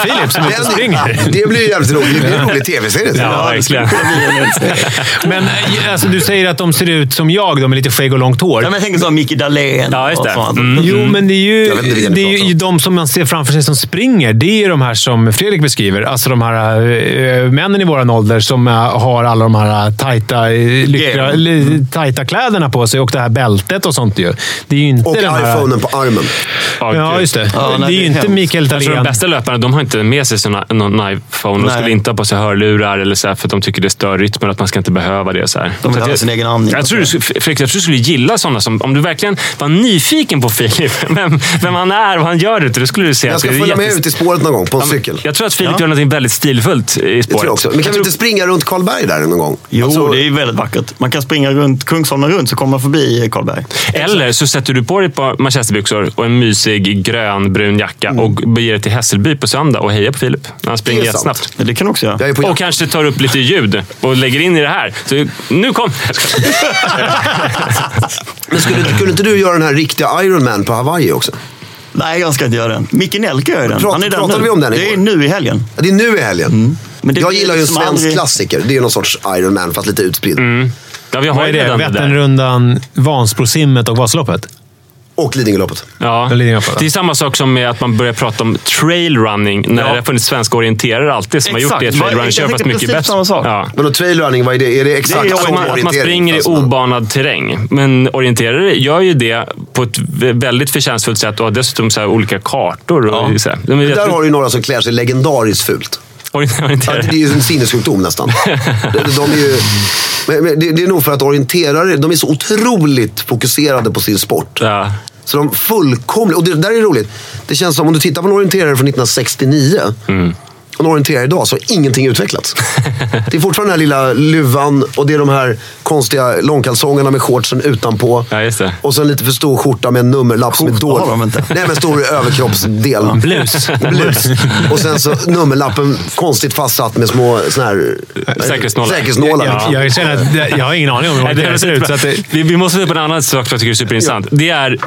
Filip som ute och Den- springer. Det blir ju jävligt roligt. Det blir en rolig tv-serie. tror jag. Ja, verkligen. Men eh, alltså, du säger att de ser ut som jag, de är lite skägg och långt hår. Ja, men jag tänker så Micke Dahlén Ja, just och det. sånt. Mm. Jo, men det är ju, Jag vet inte vilka ni det är pratar ju om. de som man ser framför sig som springer. Det är ju de här som Fredrik beskriver. Alltså de här eh, männen i våran ålder som eh, har alla de här tajta, eh, lyckra, Yeah. Mm. li- tajta kläderna på sig och det här bältet och sånt. Ju. Det är ju inte Och den här... iPhonen på armen. Ja, Ja, gud. just det. Ja, nej, det är ju det är inte hemskt. Mikael Jag tror Alltså, de Dahlén. bästa löparna de har inte med sig sina, någon iPhone. De Nej. skulle inte ha på sig hörlurar eller så här, för att de tycker det stör rytmen. Att man ska inte behöva det. Så här. De vill Så att ha jag- sin egen andning. Jag tror, du, skulle- Fredrik, jag tror du skulle gilla sådana som... Om du verkligen var nyfiken på Filip, vem, vem han är och vad han gör ute, då skulle du se Jag ska att det är följa med jättes- ut i spåret någon gång på en cykel. Jag tror att Filip gör något väldigt stilfullt i Det tror jag spåret. också. Men kan vi tror- inte springa runt Karlberg där någon gång? Jo, Alltså, det är ju väldigt vackert. Man kan springa runt Kungsholmen runt så kommer man förbi eh, Karlberg. Eller så sätter du på dig ett par manchesterbyxor och en mysig grönbrun jacka och beger dig till Hässelby på söndag och hejar på Filip när han springer Mm. Det är sant. jättesnabbt. Men Det kan du också göra. Jag är på Och jakt. kanske tar upp lite ljud och lägger in i det här. Så, nu kom... Men skulle, kunde inte du göra den här riktiga Ironman på Hawaii också? Nej, jag ska inte göra den. Micke Nelke gör den. Prat- är den pratade nu. vi om den Det är igår? nu i helgen. Ja, det är nu i helgen. Mm. Men det jag blir gillar ju en liksom svensk aldrig- klassiker. Det är någon sorts Ironman fast lite utspridd. Mm. Ja, vi har Vad är ju det? redan det där. Vätternrundan, Vansbrosimmet och Vasaloppet? Och Lidingöloppet. Ja. Eller linjen på det. Det är samma sak som med att man börjar prata om trailrunning när det har funnits svenska orienterare alltid som har Exakt. gjort det. Vad- Trailrunning jag kör fast tänkte mycket precis bättre. samma sak. Ja. Men då trailrunning, vad är det? Är det Det är exakt ju att som man, att man orientering, springer i fast man- obanad terräng. Men orienterare gör ju det på ett v- väldigt förtjänstfullt sätt och har dessutom så här olika kartor. Och så här. De är Där har du ju några som klär sig legendariskt fult. Ja, orienterare. det är ju en sinnessjukdom nästan. De, de är ju, men, men det, det är nog för att orienterare de är så otroligt fokuserade på sin sport. Ja. Så de fullkomligt... Och det där är roligt. Det känns som om du tittar på en orienterare från 1969 Mm. och en orienterare idag så har ingenting utvecklats. det är fortfarande den här lilla luvan och det är de här konstiga långkalsongerna med shortsen utanpå. Ja, just det. Och sen lite för stor skjorta med en nummerlapp som är Skjorta dålig. har de inte. Nej, men stor överkroppsdel. Blus. Blus. Och sen så nummerlappen konstigt fastsatt med små sån här, Säkerhetsnålar. säkerhetsnålar. Jag, jag känner att det- jag har ingen aning om hur Nej, det är det ser ut. Så att det, superbra. vi, vi måste ta upp en annan sak som jag tycker är superintressant. Det är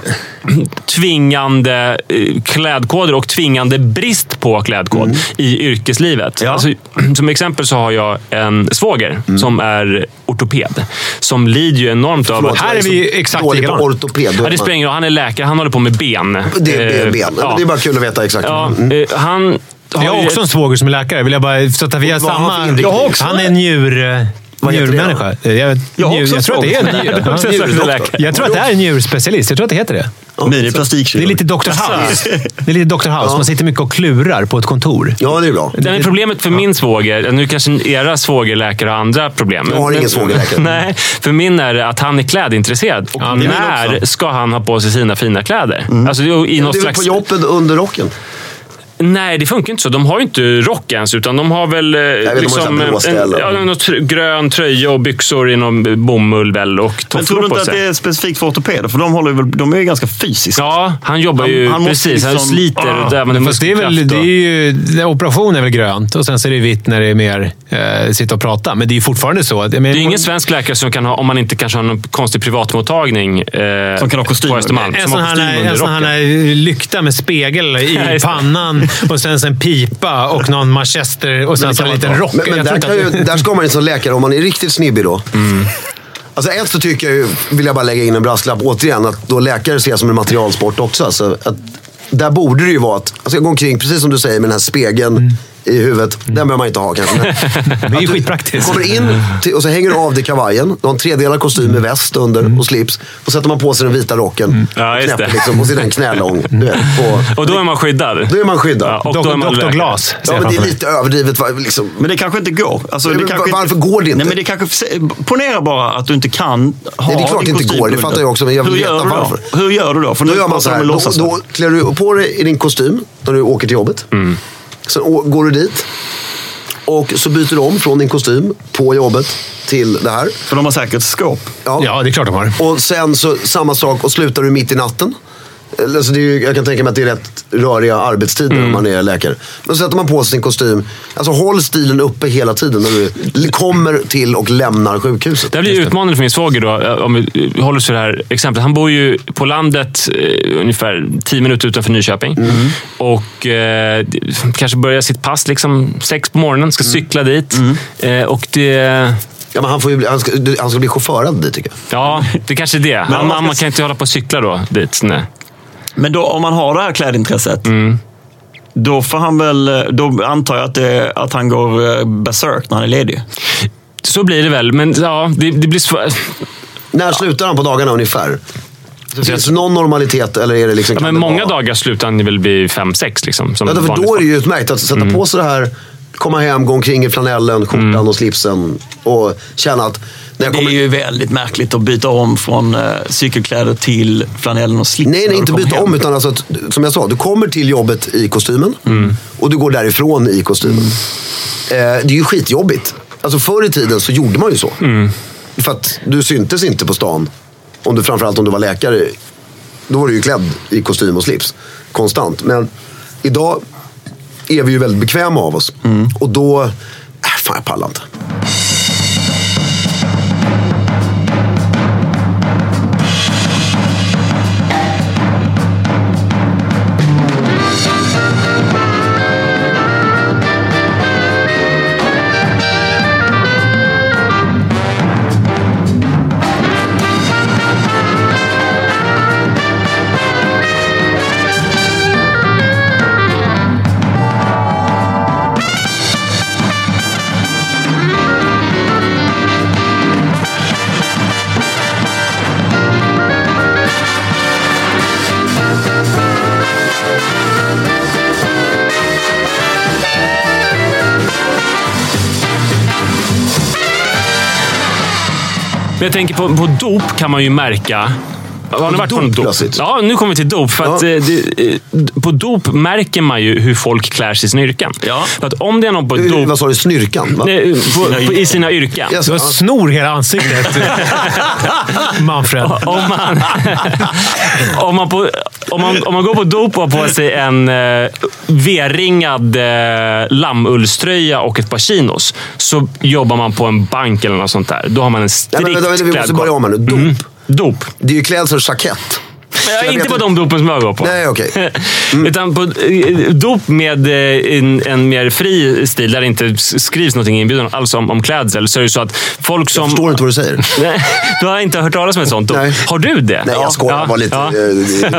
tvingande eh, klädkoder och tvingande brist på klädkod i yrkeslivet. Alltså, som exempel så har jag en svåger som är ortoped. Som lider ju enormt av... Förlåt, Här jag är vi så exakt dålig på likadana. ortoped. Då Ja, är man- det spelar ingen roll. Han är läkare. Han håller på med ben. det är- det är Eh, ben. ja. Det är bara kul att veta exakt. Ja, Mm. eh, han... jag ju har också en ett- svåger som är läkare, vill jag bara... Så att vi har Vad har han för samma... inriktning? Jag har också Han är njur... Vad heter det då? njurmänniska. Jag, vet- Jag har njur- också jag tror att det är frågat en om det. njur- Jag söker läkare. Jag tror att det är en njurspecialist. Jag tror att det heter det. Det Miniplastikirurg. är lite Dr. House. Det är lite Dr. House. Man sitter mycket och klurar på ett kontor. Ja, det är bra. Det är problemet för min svåger, nu kanske era svågerläkare har andra problem. Jag har ingen Men- svågerläkare. Nej, för min är det att han är klädintresserad. Och det är min när också. ska han ha på sig sina fina kläder? Alltså, det är ju i något Mm. Det är väl slags... på jobbet under rocken? Nej, det funkar inte så. De har ju inte rock ens, utan de har väl eh, de har liksom, så här blåa en, ställen. ja, någon tr- grön tröja och byxor i någon bomull väl, och Men tror du tofflor på inte att det sig. är specifikt för ortopeder? För de, håller väl, de är ju ganska fysiska. Ja, han jobbar Han- ju han måste precis. Han liksom- sliter och Ah, där man Fast det är väl, det är ju, det- operation är väl grönt och sen så är det vitt när det är mer eh, sitta och prata. Men det är ju fortfarande så. Att, jag menar- Det är ingen svensk läkare som kan ha, om man inte kanske har någon konstig privatmottagning. Eh, Som kan ha kostymer. På Östermalm. en Som sån har här, kostym under en sån här rocken. lykta med spegel Ja, i just det. pannan och sen så en pipa och någon manchester och sen så en liten rock. Men, men Jag tror där, inte kan ju, att- där ska man ju som läkare, om man är riktigt snibbig då. Alltså ett så tycker jag ju, vill jag bara lägga in en brasklapp återigen, att då läkare ses som en materialsport också. Alltså, att, där borde det ju vara att, alltså jag går omkring, precis som du säger, med den här spegeln i huvudet. Den behöver man inte ha kanske. Men Det är ju Du skitpraktiskt. kommer in till, och så hänger du av dig kavajen. Du har en tredelad kostym med väst under och slips. Och sätter man på sig den vita rocken. Mm. Ja, just knäpper det. Liksom, och så är den knälång. Du vet, på, Och då är man skyddad. då är man skyddad. Ja, och Dok- då är man Dr. läkare. Glas ser Ja, jag men det framför är mig. lite överdrivet. va, Liksom. Men det kanske inte går. Alltså, Men det kanske varför går det inte? Nej, men det kanske, ponera bara att du inte kan ha Nej, det är klart din det inte kostym går. Det under. fattar jag också, men jag vill Hur veta gör du då? varför. Hur gör du då? För Då nu gör man pratar så de här. med Då, låtsas- då klär du på dig i din kostym när du åker till jobbet. Mm. Sen å- går du dit. Och så byter du om från din kostym på jobbet till det här. För de har säkert skåp. Ja, det är klart de har. Och sen så samma sak och slutar du mitt i natten. Eller, Alltså det är ju, jag kan tänka mig att det är rätt röriga arbetstider Mm. om man är läkare. Men sätter man på sig sin kostym. Alltså håll stilen uppe hela tiden när du l- kommer till och lämnar sjukhuset. Det här blir ju utmanande för min svåger då, eh, om vi eh, håller oss till det här exemplet. Han bor ju på landet eh, ungefär 10 minuter utanför Nyköping. Och eh, det- kanske börjar sitt pass liksom sex på morgonen, ska cykla dit. Eh, och det... Ja, men han, får ju, bli- han, ska, du- han ska bli chaufförad dit tycker jag. Ja, det kanske är det. Men Han, om man man, ska- man kan inte hålla på och cykla då dit. Nej. Men då, om man har det här klädintresset. Då, får han väl, då antar jag att, det, att han går eh, berserk när han är ledig. Så blir det väl, men ja, det, det blir svårt. När slutar han på dagarna ungefär? Så finns det någon normalitet eller är det liksom... Men många dagar slutar han väl vid fem, sex. Liksom, som Ja, därför vanligt då är folk. det ju utmärkt att sätta Mm. på sig det här, komma hem, gå omkring i flanellen, skjortan och slipsen och känna att när jag Det är kommer ju väldigt märkligt att byta om från eh, cykelkläder till flanellen och slips. Nej, när nej, du inte kommer byta hem. om. Utan alltså, att, som jag sa, du kommer till jobbet i kostymen och du går därifrån i kostymen. Eh, det är ju skitjobbigt. Alltså, förr i tiden så gjorde man ju så. För att du syntes inte på stan. Om du, framförallt om du var läkare. Då var du ju klädd i kostym och slips. Konstant. Men idag är vi ju väldigt bekväma av oss. Och då... Äh, fan, jag pallar inte. Men jag tänker på, på dop kan man ju märka. Har ni varit på Dop en dop? plötsligt. Ja, nu kommer vi till dop. För att, Ja. eh, det, eh, på dop märker man ju hur folk klär sig i sina yrken. Ja. För att om det är någon på Hur- Vad dop... sa du? Snyrkan? Va? Nej, på, på, I sina yrken. Yes, Du har ja. snor hela ansiktet. Manfred. Om man, om, man på, om, man, om man går på dop och har på sig en eh, V-ringad eh, lammullströja och ett par chinos, så jobbar man på en bank eller något sånt där. Då har man en Nej, strikt men, vänta, vänta, vi måste klädkod. Mm, börja om här nu. Dop. Dop. Det är ju klädsel jackett. Ja, Jag inte vet på de dopen som jag går på. Nej, okej. Mm. Utan på eh, dop med eh, en, en mer fri stil, där det inte s- skrivs någonting i inbjudan alls om, om klädsel, så är det så att folk som... Jag förstår inte vad du säger. Nej, du har inte hört talas om ett sånt dop. Nej. Har du det? Nej, jag skojar. Jag var lite, eh,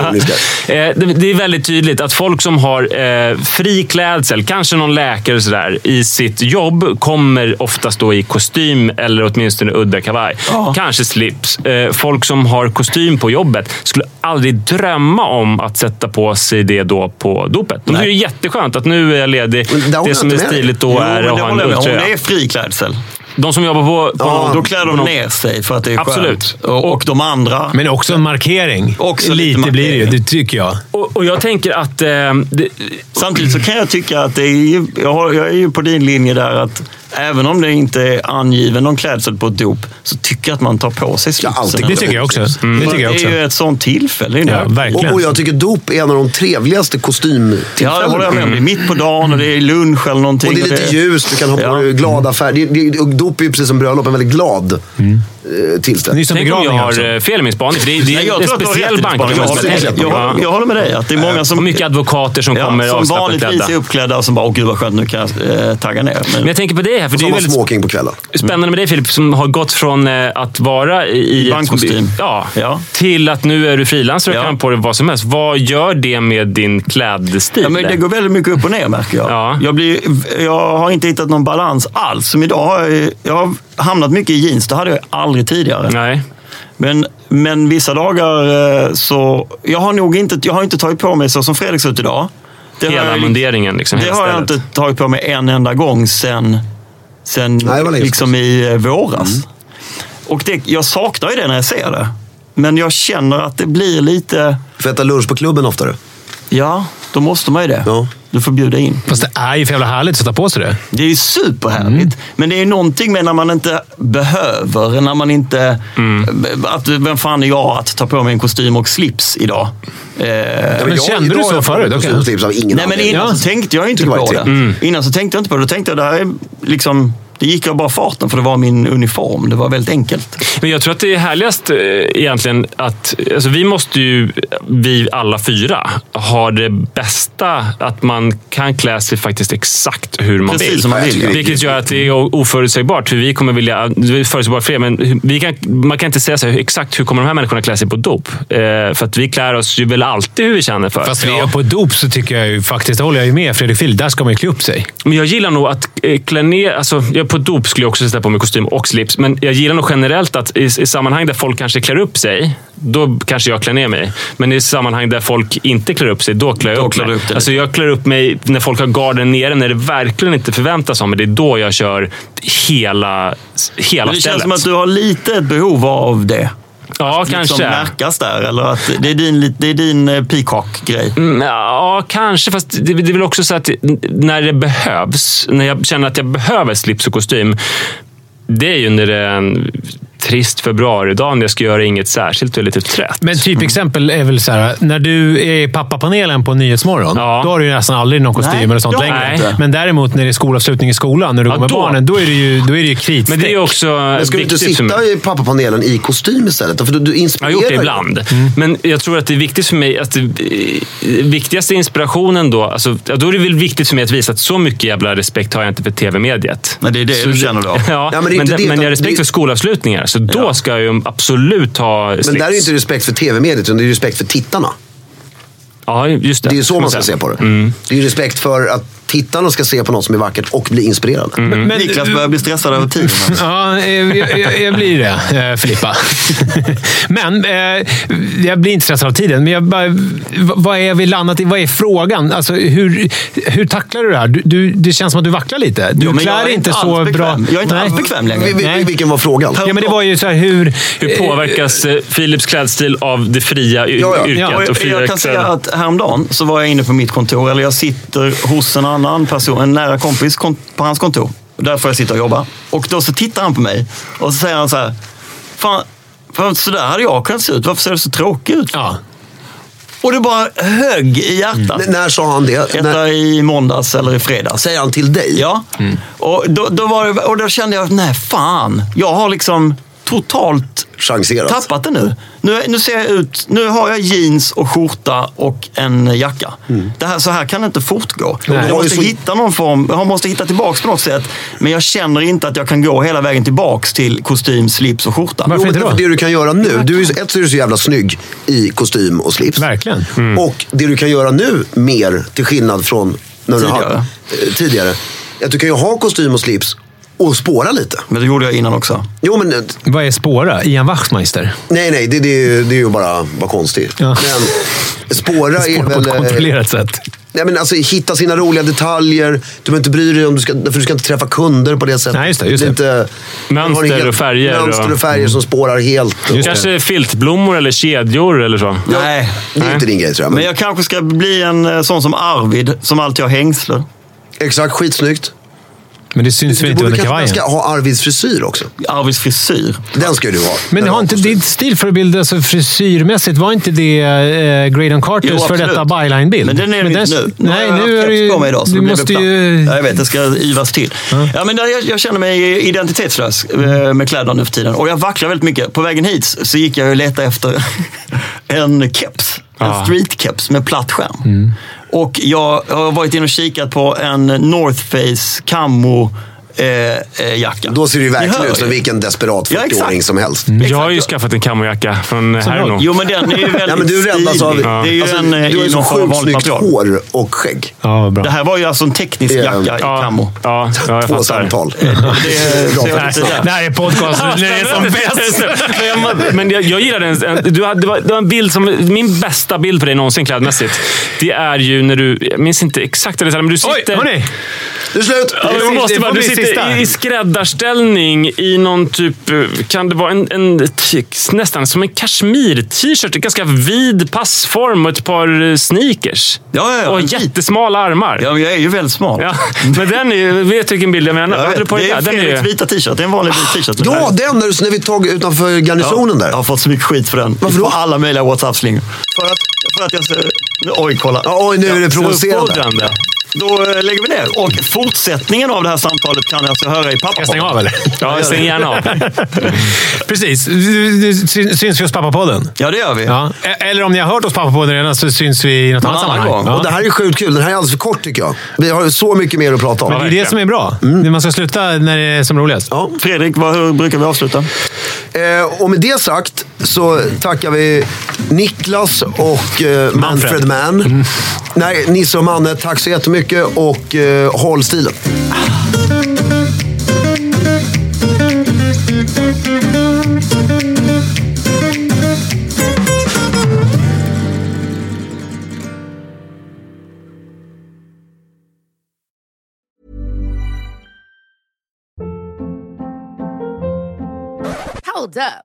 ironisk här. Eh, det, det är väldigt tydligt att folk som har eh, fri klädsel, kanske någon läkare och sådär, i sitt jobb kommer oftast då i kostym eller åtminstone udda kavaj. Kanske slips. Eh, folk som har kostym på jobbet skulle aldrig drömma om att sätta på sig det då på dopet. De tycker det är jätteskönt att nu är jag ledig. Men där håller Det jag som är inte med dig. stiligt då Jo, men är det att ha en håller jag med om. ulltröja. Det är fri klädsel. De som jobbar på, på Ja, någon, Då klär på de någon- ner sig för att det är Absolut. skönt. Och, och de andra. Men också en markering. Också lite lite blir det ju, markering. det tycker jag. Och, och jag tänker att... Eh, det, Samtidigt så kan jag tycka att det är ju, jag, har, jag är ju på din linje där att även om det inte är angiven någon klädsel på ett dop så tycker jag att man tar på sig slipsen. alltid. eller Det tycker jag också. Mm. Det tycker jag Det också. är ju ett sånt tillfälle. det är Ja, det. verkligen. Och, och jag tycker dop är en av de trevligaste Ja, det håller kostymtillfällena. jag med om. Det är mitt på dagen och det är lunch eller någonting. Och det är lite ljust, du kan ha på Ja. dig glada färger. Det- det- och Dop är ju precis som bröllop, en väldigt glad eh, tillställning. Nyss om Tänk om jag begravningar har också. eh, fel i min spaning. För det, det Nej, är jag en tror att du har rätt i speciell din bank. spaning. Jag, håller- jag, håller- jag håller med dig. Att det är många Och som, mycket advokater som kommer som avslappnat vanligtvis är klädda. uppklädda och som bara, åh gud vad skönt, nu kan jag eh, tagga ner. Men jag tänker på dig här, för det Som är har väldigt smoking på kvällen. spännande med dig Filip, som har gått från eh, att vara i... i ett- bankkostym. Ja, Ja. Till att nu är du frilansare och Ja. kan ha på dig vad som helst. Vad gör det med din klädstil? Ja, men det går väldigt mycket upp och ner märker jag. Ja. Jag, blir, jag har inte hittat någon balans alls. Som idag har jag, jag har hamnat mycket i jeans. Det hade jag aldrig tidigare. Nej. Men, men vissa dagar eh, så... Jag har nog inte, jag har inte tagit på mig så som Fredrik ser ut idag. Det har Hela jag- munderingen liksom. Det hela har jag stället. inte tagit på mig en enda gång sen, sen Nej, det var Mm. länge liksom i eh, våras. Och det, jag saknar ju det när jag ser det. Men jag känner att det blir lite... Får äta lunch på klubben oftare. Ja, då måste man ju det. Ja. Du får bjuda in. Fast det är ju för jävla härligt att ta på sig det. Det är ju superhärligt. Men det är någonting med när man inte behöver, när man inte... eh, Att, vem fan är jag att ta på mig en kostym och slips idag? Eh, Ja, men kände du idag så har jag förut? fått Okej. kostymtips av ingen nej, men anledning. innan Ja. så tänkte jag ju inte Tycker på jag det. är Mm. Innan så tänkte jag inte på det. Då tänkte jag det här är liksom... Det gick jag bara farten för det var min uniform. Det var väldigt enkelt. Men jag tror att det är härligast eh, egentligen att alltså vi måste ju, vi alla fyra, ha det bästa att man kan klä sig faktiskt exakt hur man Precis vill. som man Ja, jag vill. tycker Vilket- Vilket gör att det är o- oförutsägbart hur vi kommer vilja... Det är förutsägbart för er, men hur- vi kan, man kan inte säga så här, hur- exakt hur kommer de här människorna klä sig på dop. Eh, för att vi klär oss ju väl alltid hur vi känner för. Fast vi är på dop så tycker jag ju faktiskt, det håller jag ju med Fredrik Filip, där ska man ju klä upp sig. Men jag gillar nog att eh, klä ner... Alltså, jag på dop skulle jag också sätta på mig kostym och slips. Men jag gillar nog generellt att i, i sammanhang där folk kanske klär upp sig, då kanske jag klär ner mig. Men i sammanhang där folk inte klär upp sig, då klär jag Då upp klär mig. du upp dig. alltså, jag klär upp mig när folk har garden nere, när det verkligen inte förväntas av mig. Det är då jag kör hela, hela Men det känns stället. som att du har lite ett behov av det. Ja, Liksom kanske. märkas där. Eller att det är din, det är din eh, peacock-grej. Mm, Ja, kanske. Fast det, det är väl också så att när det behövs, när jag känner att jag behöver slips och kostym, det är ju när det är en trist februaridag när jag ska göra inget särskilt och är lite trött. Men typexempel är väl så här, när du är i pappapanelen på Nyhetsmorgon, Ja. då har du ju nästan aldrig någon kostym Nej, eller det sånt har jag längre. inte. Men däremot när det är skolavslutning i skolan, när du Ja, går med då. barnen, då är det ju, då är det ju kritstreck. Men det är ju också Men ska du inte viktigt för mig. sitta i pappapanelen i kostym istället? För du, du Jag inspirerar har gjort det ju. ibland. Mm. Men jag tror att det är viktigt för mig att det, eh, viktigaste inspirationen då, alltså, ja, då är det väl viktigt för mig att visa att så mycket jävla respekt har jag inte för tv-mediet. Men det är det Så du känner då? Ja, Ja, men det är men, inte det- det, men jag utan har respekt det- för skolavslutningar, så då ska jag ju absolut ha slips. Men där är ju inte respekt för tv-mediet, utan det är ju respekt för tittarna. Ja, just det. Det är ju så Kan man ska se säga. på det. Mm. Det är ju respekt för att tittarna ska se på något som är vackert och bli inspirerade. Men- Mm. Niklas börjar bli stressad över tiden. här. Ja, eh, jag, jag, jag blir det, eh, Filippa. Men eh, jag blir inte stressad av tiden. Men jag bara, v- vad är vi landat i? Vad är frågan? Alltså, hur, hur tacklar du det här? Du, du, det känns som att du vacklar lite. Du Jo, men jag klär är inte, inte så alls bekväm. bra. Jag är inte Nej. alls bekväm längre. Vi, vi, Nej. Vilken var frågan? Ja, men det var ju så här hur... Hur påverkas eh, Philips klädstil av det fria y- Ja, ja. yrket? Ja, Och och jag, fria jag kan säga kläder? att häromdagen så var jag inne på mitt kontor, eller jag sitter hos en annan person, en nära kompis kon- på hans kontor. Där får jag sitta och jobba. Och då så tittar han på mig och så säger han så här, Fan, fan så där hade jag kunnat se ut. Varför ser du så tråkig ut? Ja. Och det bara högg i hjärtat. N- när sa han det? När, Detta i måndags eller i fredags. säger han till dig? Mm. Ja. Och, då, då var det, och då kände jag, nej fan. Jag har liksom totalt Chanserat. tappat det nu. Nu, är- nu ser jag ut... Nu har jag jeans och skjorta och en jacka. Det här, så här kan det inte fortgå. Nej. Jag måste hitta någon form... Jag måste hitta tillbaks på något sätt. Men jag känner inte att jag kan gå hela vägen tillbaks till kostym, slips och skjorta. Varför inte Jo, men då? Det du kan göra nu, du är, ju- ett så är du så jävla snygg i kostym och slips. Verkligen. Mm. Och det du kan göra nu mer, till skillnad från när du Tidigare. har, eh, tidigare, är att du kan ju ha kostym och slips och spåra lite. Men det gjorde jag innan också. Jo, men eh, Vad är spåra? Ian Wachtmeister? nej, nej, det, det, är ju- det är ju bara vad konstigt. Ja. Men spåra är Spåra på väl... ett eh, kontrollerat sätt. Nej, men alltså, hitta sina roliga detaljer. Du behöver inte bry dig om du ska, för du ska inte träffa kunder på det sättet. Nej, just det, just det. Inte, Mönster har en hel- och färger och- Mönster och färger som spårar helt. Just det. Kanske filtblommor eller kedjor eller så. Nej. Det är inte din grej tror jag. Men jag kanske ska bli en eh, sån som Arvid, som alltid har hängslen. Exakt, skitsnyggt. Men det syns väl inte under kanske kavajen? ska ha Arvids frisyr också. Arvids frisyr. Den ska ju du ha. Men Den har inte kostym. ditt stilförebild, alltså frisyrmässigt, var inte det eh, Graydon Jo, Carters före absolut. detta byline-bild? Men den är det inte nu. Nej, har jag nu haft är det keps ju... på mig idag, så du det blir måste väl ju... platt. Ja, jag vet, det ska ivas till. Ja, men jag, jag känner mig identitetslös eh, med kläderna nu för tiden. Och jag vacklar väldigt mycket. På vägen hit så gick jag och letade efter en keps. En Ah. Ja. streetkeps med platt skärm. Mm. Och jag har varit inne och kikat på en North Face camo eh, eh, jacka. Då ser det ju Ni verkligen hör ut som ju. vilken desperat Ja, exakt. 40-åring som helst. Jag har ju skaffat en kamojacka från Herno. Jo, men den är ju väldigt Ja, men du räddas stilig. av... Det är ju alltså, en eh, du har i ju så någon form av sjukt vanligt snyggt material. hår och skägg. Ja, vad bra. Det här var ju alltså en teknisk Det är- jacka i camo. ja, ja, jag Två fattar. Eh, samtal. Eh, Det är, så jag är lite Det här är podcasten det är som bäst. Men jag- Men jag, jag gillar den. en- Du hade, det, var, det var en bild som... Min bästa bild på dig någonsin klädmässigt. Det är ju när du... Jag minns inte exakt det, men du Oj, sitter... hörni! Nu är det slut! Ja, men Det det måste får vara, du bli sitter sista. i, i skräddarställning i någon typ, eh, kan det vara en, en t- nästan som en kashmir-t-shirt. En ganska vid passform och ett par eh, sneakers. Ja, ja, ja. och jättesmala armar. Ja, Ja. men jag är ju väldigt smal. men den är ju, vet du vilken bild jag menar? Jag Hade vet, du på det dig är där? Den är Fredriks ju... vita t-shirt. Det är en vanlig vit t-shirt. Ja, den där, så när vi tog utanför garnisonen Jag där. har fått så mycket skit för den. Varför då? På alla möjliga WhatsApp-slingor. För att, för att jag ser... Oj, kolla. Ja, oj, nu är det så- provocerande. Då eh, lägger vi ner. Och fortsättningen av det här samtalet kan ni alltså höra i pappa. Ska jag stänga av eller? Ja, stäng gärna av. Precis. Sy- Syns vi hos Pappapodden? Ja, det gör vi. Ja. E- Eller om ni har hört oss Pappapodden redan så syns vi i något annat annan sammanhang. gång. Ja. Och det här är ju sjukt kul. Den här är alldeles för kort tycker jag. Vi har ju så mycket mer att prata Det om. är det som är bra. Mm. Man ska sluta när det är som roligast. Ja. Fredrik, vad, hur brukar vi avsluta? Eh, och med det sagt så tackar vi Niklas och eh, Manfred Mann. Nej, Nisse och Manne, tack så jättemycket och eh, håll stilen. Hold up.